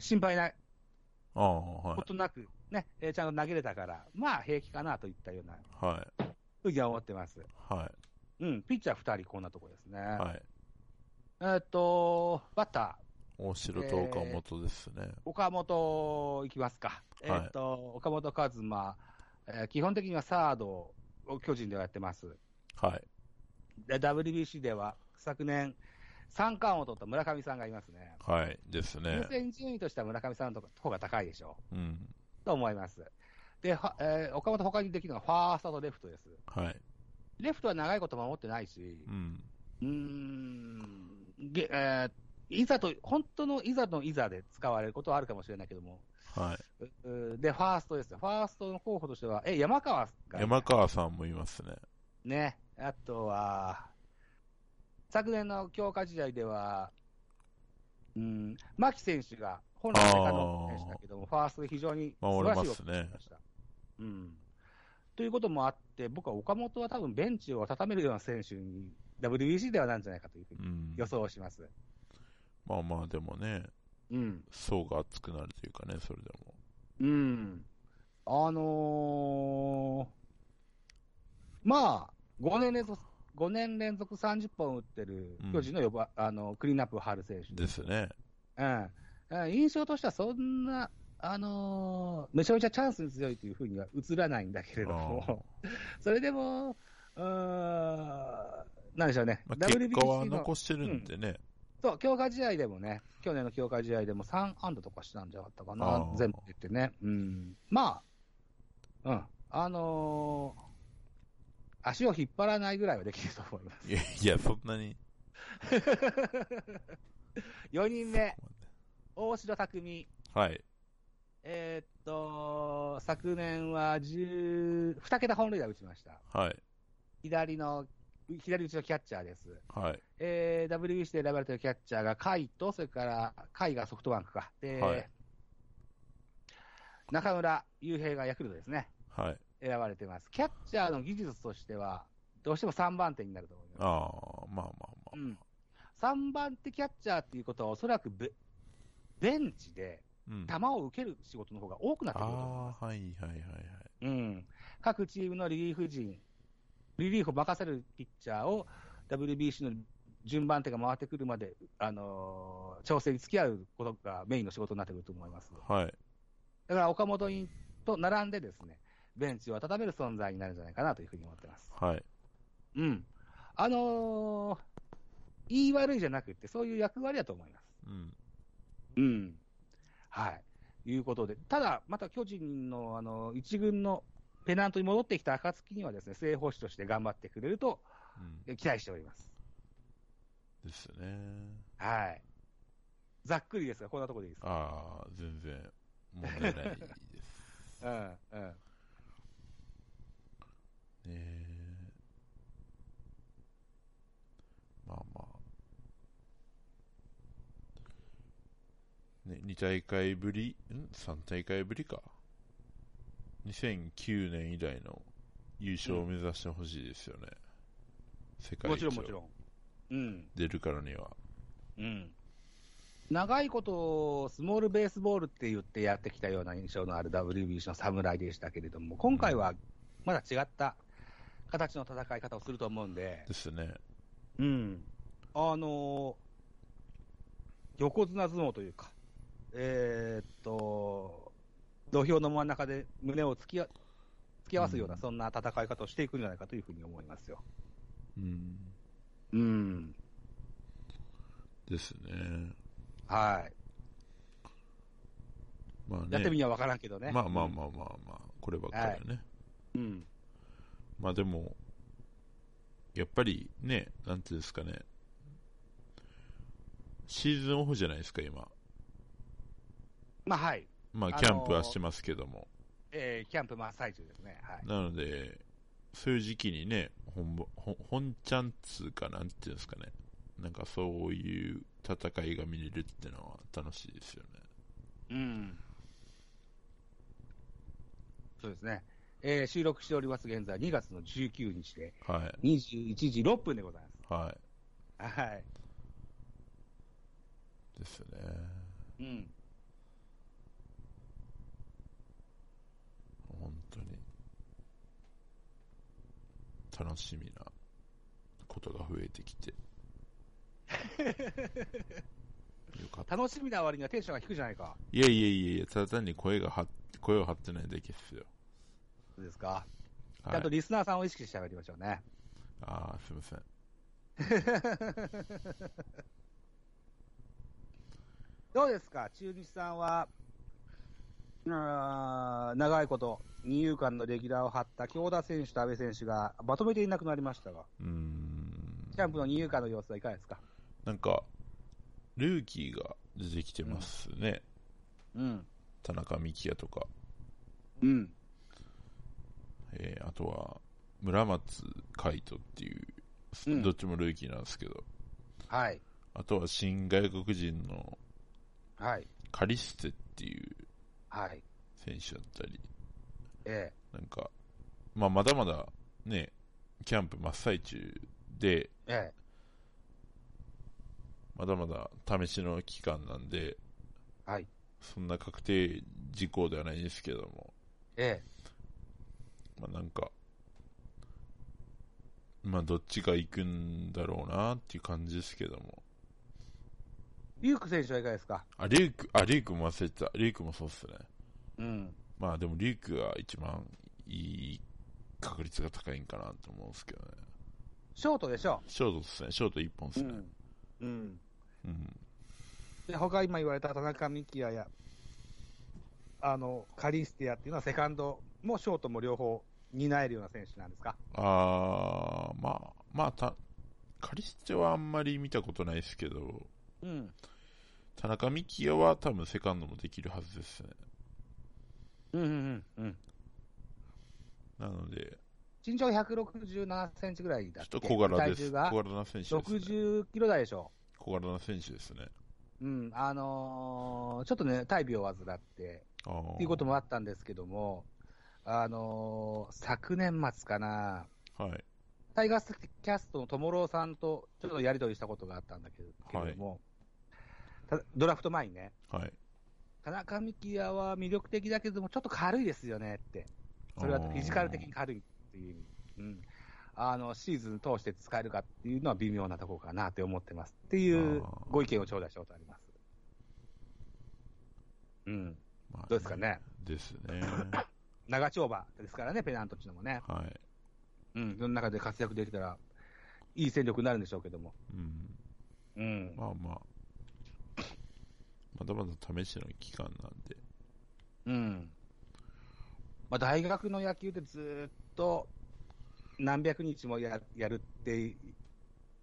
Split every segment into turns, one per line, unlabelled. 心配な
ああ、は。
ことなく、ね、えーちゃんと投げれたから、まあ平気かなといったようない
はい。
ふうには思ってます。
は
うん、ピッチャー2人、こんなとこですね。
い。はい。
えーっと、バッター、
大城と岡本ですね。
岡本いきますか。えーっと、岡本和真、えー基本的にはサードを巨人ではやってます。
はい。
で WBC では昨年、三冠を取った村上さんがいますね。
はい。ですね
優。先順位としては村上さんのとこ方が高いでしょ
うん。
うと思います。で、はえー岡本、他にできるのがファーストとレフトです。
はい。
レフトは長いこと守ってないし、
うん。
うーん、げえーいざと、本当のいざのいざで使われることはあるかもしれないけども、
は
ううで、ファーストですね、ファーストの候補としては、え、山川
い。
が、
山川さんもいますね。
ね、あとは、昨年の強化試合では、うん、牧選手が、本来はの選手だけども、ファーストで非常に素晴
守
ら
れ
しい
ま
こと
すね。
ました。うん。ということもあって、僕は岡本は多分ベンチを温めるような選手に WBC ではなんじゃないかというふう
う
に
ん
予。想します。
まあまあ、でもね、
うん。
層が厚くなるというかね、それでも。
うん。あのーまあ、5年連続、5年連続30本打ってる巨人の呼ば、あの、クリーンアップ張る選手。
ですね。
うん。うん印象としてはそんな、あのーめちゃめちゃチャンスに強いというふうには映らないんだけれど
あー
も、 それでも、うーん、なんでしょうね、
まあ、結果は
WBC の
残してるんでね。
そう、強化試合でもね、去年の強化試合でも3安打とかしたんじゃなかったか
あ
な、
ー
全部言ってね。うん。まあ、うん。あのー足を引っ張らないぐらいはできると思い ます。
いや、いやそんなに。
4人目、大城匠。
はい。
えーっと、昨年は10 2桁本塁打打ちました。
はい。
左の、左打ちのキャッチャーです。
はい。
えー、WBC で選ばれてるキャッチャーが甲斐と、それから甲斐がソフトバンクか。で、
はい
中村悠平がヤクルトですね。
はい。
選ばれてます。キャッチャーの技術としては、どうしても3番手になると思います。
ああ、まあまあ
う
ま
ん、3番手キャッチャーっていうことは、おそらくベベンチで
あ。うん。
球を受ける仕事の方が多くなってくると思います。
ああ、はいはいはいはい。
うん、各チームのリリーフ陣、リリーフを任せるピッチャーを WBC の順番手が回ってくるまで、あのー調整に付き合うことがメインの仕事になってくると思います。
はい。
だから岡本にと並んでですね、ベンチを温める存在になるんじゃないかなというふうに思ってます。
はい。
うん。あのー言い悪いじゃなくて、そういう役割だと思います。
うん。
うん。はい。いうことで、ただ、また巨人のあの一軍のペナントに戻ってきた暁にはですね、正捕手として頑張ってくれると
うん。
え期待しております。
ですね。
はい。ざっくりですが、こんなところでいいですか。
ああ、全然問題ないです。
うん、うん。
ねえ。まあまあ。ね、2大会ぶり、ん ?3 大会ぶりか。2009年以来の優勝を目指してほしいですよね。世界
もち
一
ろん、もち
を
ろん。うん、
出るからには。
うん。長いこと、スモールベースボールって言ってやってきたような印象のある WBC の侍でしたけれども、今回はまだ違った形の戦い方をすると思うんで、
ですね。
うん、あのー横綱相撲というか、えーっと、土俵の真ん中で胸を突きあ突き合わすような、
うん
そんな戦い方をしていくんじゃないかというふうに思いますよ。
うん。
うん、
ですね。
は
まあね。
い。やってみには分からんけどね。
まあまあまあまあまあ、こればっかりはね。
うん。
まあでも、やっぱりね、なんていうんですかね、シーズンオフじゃないですか、今。
まあはい。
まあ、
あのー
キャンプはしてますけども。
えーキャンプ真っ最中ですね。はい。
なので、そういう時期にね、本ぼ本本ちゃんつうか、なんていうんですかね、なんかそういう戦いが見れるってのは楽しいですよね。
うん。そうですね。えー収録しております現在2月の19日で
はい、
21時6分でございます。
は
はい。
い、ですね。
うん。
楽しみなことが増えてきて。 よかった。
楽しみな割にはテンションが低いじゃないか。
いやいやいやいや、ただ単に声が張っ声を張ってないだけっすよ。
どうですか、ち
は
ゃ
い
んと。リスナーさんを意識して喋りましょうね。
ああ、すいません。
どうですか、中日さんは、うーん長いこと、二遊間のレギュラーを張った京田選手と阿部選手がまとめていなくなりましたが、
うーん。
キャンプの二遊間の様子はいかがですか
なんか、ルーキーが出てきてますね。
うん。
田中幹也とか、
うん。
えーあとは、村松海斗っていう、
うん
どっちもルーキーなんですけど、
はい。
あとは新外国人の
はい。
カリステっていう
はい。
選手だったり、
え
なんか、まあ、まだまだね、キャンプ真っ最中で、
え。え
まだまだ試しの期間なんで、
え。はい。
そんな確定事項ではないんですけども、
え
まあ、なんか、まあ、どっちが行くんだろうなっていう感じですけども。
え。リューク選手はいかがですか
あ、リューク、あ、リュークも忘れてた。リュークもそうっすね。
うん。
まあでもリュークが一番いい確率が高いんかなと思うんですけどね。
ショートでしょ
ショートですね。ショート一本ですね。。
うん。
うん。
で、他今言われた田中幹也や、あの、カリスティアっていうのはセカンドもショートも両方担えるような選手なんですか
あー、まあ、まあた、カリステはあんまり見たことないですけど、
うん。
田中幹也は多分セカンドもできるはずですね。
うんうんうんうん。
なので、
身長167センチぐらい
ち
だ
ょ
っ
ってと小柄
体
で
重
す。
が
小柄な選手です、ね。
60キロ台でしょ
小柄な選手ですね。
う。うん。あのーちょっとね、大病を患って、
あー
っていうこともあったんですけども、あのー昨年末かな、
はい。
タイガースキャストのトモローさんとちょっとやり取りしたことがあったんだけれども、たドラフト前にね、
はい。
田中幹也は魅力的だけども、ちょっと軽いですよねって、それはフィジカル的に軽いっていう意味、うん、あのシーズン通して使えるかっていうのは微妙なところかなって思ってますっていう
あー
ご意見を頂戴したことあります。うん、
まあ
どうですか。ね、
ですね。
長丁場ですからね、ペナントチのもね、
はい。
うん、その中で活躍できたら、いい戦力になるんでしょうけども。
うん。
うん、
まあまあ。まだまだ試しの期間なんで。
うんまあ、大学の野球でずーっと何百日もややるって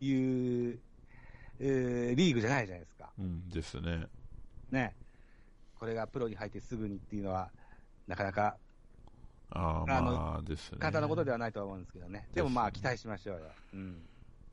いう、えーリーグじゃないじゃないですか、
うん。ですね。
ね、これがプロに入ってすぐにっていうのは、なかなか
ああ、
あの
まあですね。
簡単なことではないとは思うんですけどね、でもまあ期待しましょうよ、うん、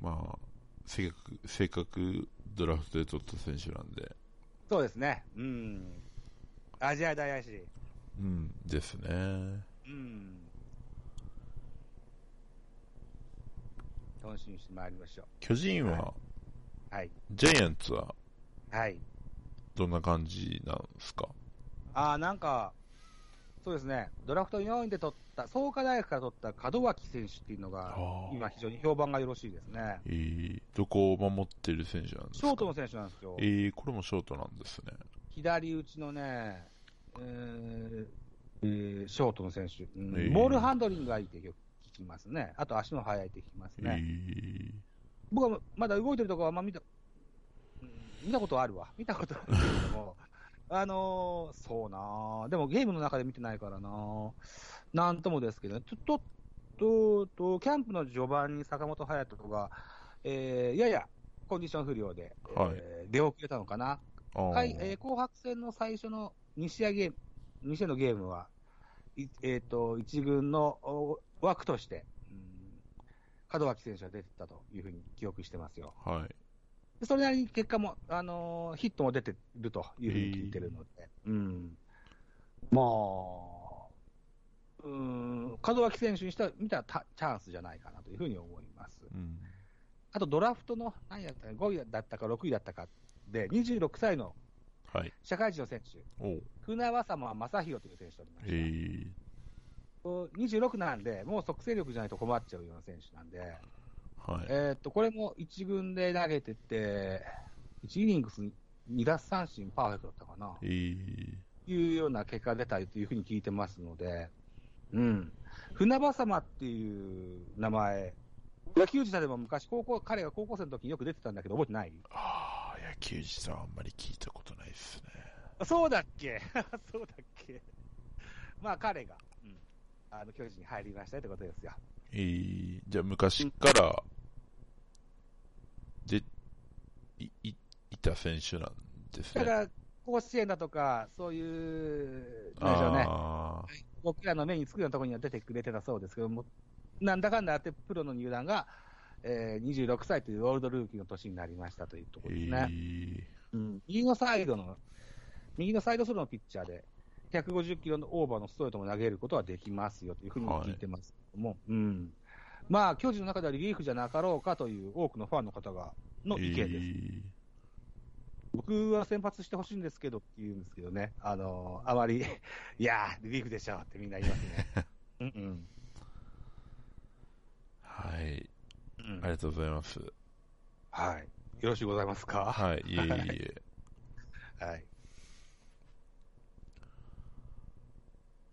まあ、せっかく、せっかくドラフトで取った選手なんで。
そうですね、うん、アジア大愛し、
うん。ですね。
うん、楽しみにしてまいりましょ
巨人は、
う。はい、
ジャイアンツは
はい
どんな感じなんですか
あーなんか、そうですね、ドラフト4位で取った、創価大学から取った門脇選手っていうのが、
ー
今、非常に評判がよろしいですね。
えー、どこを守ってる選手なんで
シ
すか
ョートの選手なんですよ
え。ー、これもショートなんですね。
左打ちのね、えーえーショートの選手、うん
えー
ボールハンドリングがいいってよく聞きますね。あと足も速いって聞きます
え
ね。
ー、
僕はまだ動いてるとこはあんま見た、うん見たことはあるわ。見たことはあるけど も。あのーそうなーでもゲームの中で見てないからなーなんともですけど、ちょっと、と、と、キャンプの序盤に坂本隼人が、えーややコンディション不良で、
はい
えー出遅れたのかな。
あー
はい、えー紅白戦の最初の2試合ゲーム、2試合のゲームは、いえっ、と、一軍のお枠として、うん門脇選手が出てたというふうに記憶してますよ。
はい。
でそれなりに結果も、あのーヒットも出てるというふうに聞いてるので、うん。まあ、うん、門脇選手にしては見たたチャンスじゃないかなというふうに思います。
うん。
あとドラフトの何位だったか、5位だったか6位だったかで、26歳の
はい。
社会人の選手、
おう
船和様正宏という選手とおりまし
え
た。と
ー、
26なんで、もう即戦力じゃないと困っちゃうような選手なんで、
はい。
えーっと、これも1軍で投げてて、1イニングス2奪三振パーフェクトだったかな、
えー、
いうような結果が出たというふうに聞いてますので、うん。船場様っていう名前、野球時代でも昔、高校、彼が高校生の時によく出てたんだけど、覚えてない
ああ、野球児さんあんまり聞いたことないですね。
そうだっけ そうだっけ まあ、彼が、うん、あの、巨人に入りましたよってことですよ。
えー、じゃあ昔から、で、い、い、いた選手なんです
だ
ね。
か
あ
ら、甲子園だとか、そういう、なんでしょうね。
あ
僕らの目につくようなところには出てくれてたそうですけども、なんだかんだあって、プロの入団が、えー26歳というオールドルーキーの年になりましたというとこ
ー、
ろです
え
ね。
ー、
うん右のサイドの、右のサイドスローのピッチャーで、150キロのオーバーのストレートも投げることはできますよというふうに聞いてますけども、うん。まあ、巨人の中ではリリーフじゃなかろうかという多くのファンの方が、の意見です。
え
僕は先発してほしいんですけどって言うんですけどね、あのあまり、 いやー、リリーフでしょってみんな言いますね。うんうん
ーはい。
うん
ありがとうございます。
はい。よろしゅうございますか。
はい、いえいえ。
はい。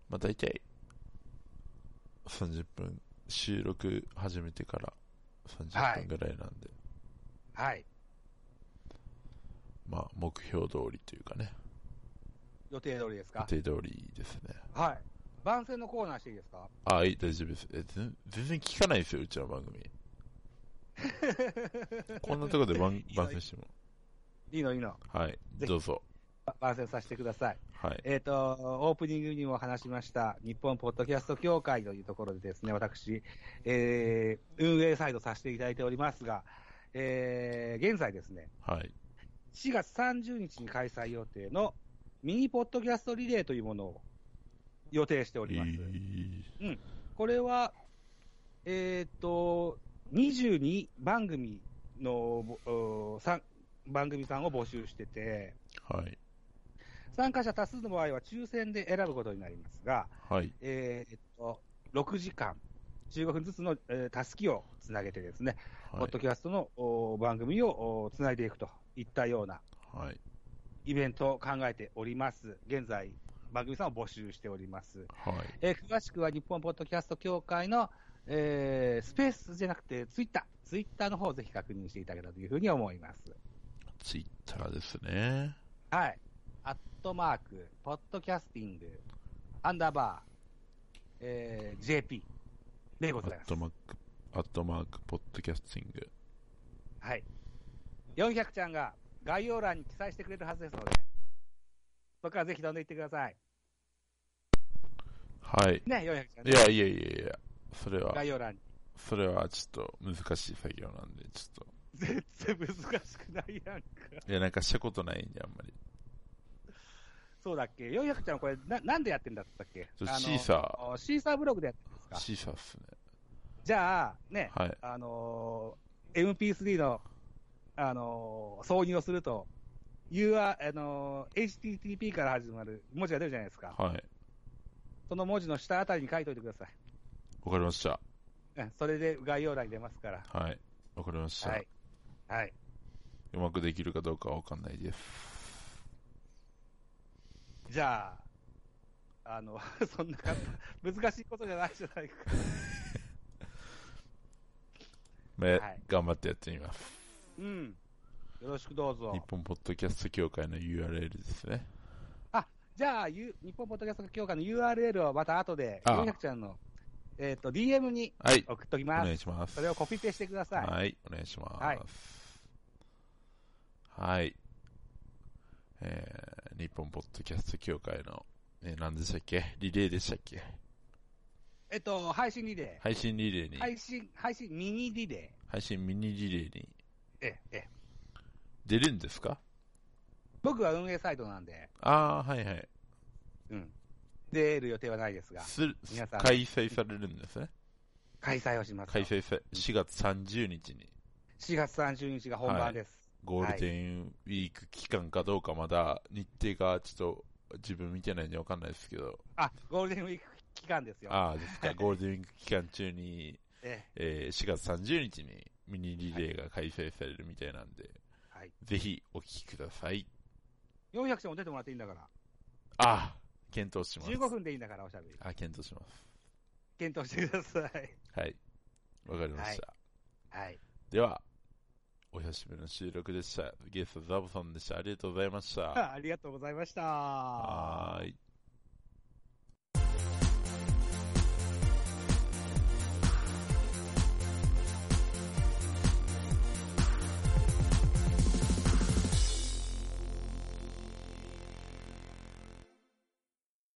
まあ大体、30分、収録始めてから
はい
30分ぐらいなんで、
はい。
まあ目標通りというかね、
予定通りです
予
か。
定通りですね。
はい。番宣のコーナーしていいですか。
あ、はい、大丈夫です。え全全然聞かないですよ、うちの番 組。こんなところ で番番宣しても。
いいのいいの。
はい、
ぜひ
どうぞ。
ば番宣させてください。
はい。
えっ、と、オープニングにも話しました、日本ポッドキャスト協会というところでですね、私、えー運営サイドさせていただいておりますが、えー現在ですね、
はい。
4月30日に開催予定のミニポッドキャストリレーというものを予定してお
え
ります。
ー
これは、えーっと、22番組の、おさん番組さんを募集してて、
はい。
参加者多数の場合は抽選で選ぶことになりますが、
はい。
えーっと、6時間、15分ずつの、えー、たすきをつなげてですね、ポ
は。
ッドキャストのお番組をおつないでいくといったようない
はい。
イベントを考えております。現在、番組さんを募集しております。
はい。
えー詳しくは日本ポッドキャスト協会の、えースペースじゃなくてツイッター、ツイッターの方をぜひ確認していただけたらというふうに思います。
ツイッターですね。
はい。アットマーク、ポッドキャスティング、アンダーバー、えー JP で
ア
ござい
ッ
ます
ト。マーク、アットマーク、ポッドキャスティング。
はい。400ちゃんが概要欄に記載してくれるはずですので、そこからぜひ飛んでいってください。
はい。
ね、400ちゃん
い
ね、
やいやいやいや、それは
概、要欄に。
それはちょっと難しい作業なんで、ちょっ
全然難しくないやんか。
と。いや、なんかしたことないんで、あんまり。
そうだっけ ?400 ちゃんこれな、なんでやってんだったっけ
ちょ
あの
シーサ
あシーサーブログでやってるんです
ー、
か
シーサーっすね。
じゃあ、ね、
はい。
あのー MP3 の、あのー挿入をすると、U は、あのー HTTP から始まる文字が出るじゃないですか。
はい。
その文字の下あたりに書いておいてください。
わかりました。
うんそれで概要欄に出ますから。
はい。わかりました、
はい。はい。
うまくできるかどうかはわかんないです。
じゃあ、あの、 そんなか、難しいことじゃないじゃないか。
まあ
はい
頑張ってやってみます。
うん。よろしくどうぞ
日。本ポッドキャスト協会の URL ですね。
じゃあ、ゆ日本ポッドキャスト協会の URL をまた後で、
ああ
400ちゃんの、えっと DM に
はい。
送っとき
お
ま
願
す。
いします。
それをコピペしてください。
はい。お願いします。
はい
はいえー、日本ポッドキャスト協会の、えー、何でしたっけリレーでしたっけ
えっと、配信リレ
配信リレー
ー。
に、
配信、配信ミニリレ
配信ミニリレーに
ー。ええ、ええ。
出るんですか
僕は運営サイトなんで、
ああ、はいはい。
うん。出る予定はないですが、
す
皆さん
開催されるんですね。
開催をします。
開催さ、4月30日に、
4月30日が本番です。
ゴールデンウィーク期間かどうかまだ日程がちょっと自分見てないんでわかんないですけど、
あ、ゴールデンウィーク期間ですよ。
ああ、で すか、ゴールデンウィーク期間中に、
ええ
えー4月30日にミニリレーが開催されるみたいなんで、
はい、
ぜひお聞きください。
400社も出てもらっていいんだから、
ああ、検討します。
15分でいいんだから、おしゃべり。
あ、検討します。
検討してください。
はい。わかりました。
はい。
では、お久しぶりの収録でした。ゲストザボさんでした。ありがとうございました。
ありがとうございました。
はーい。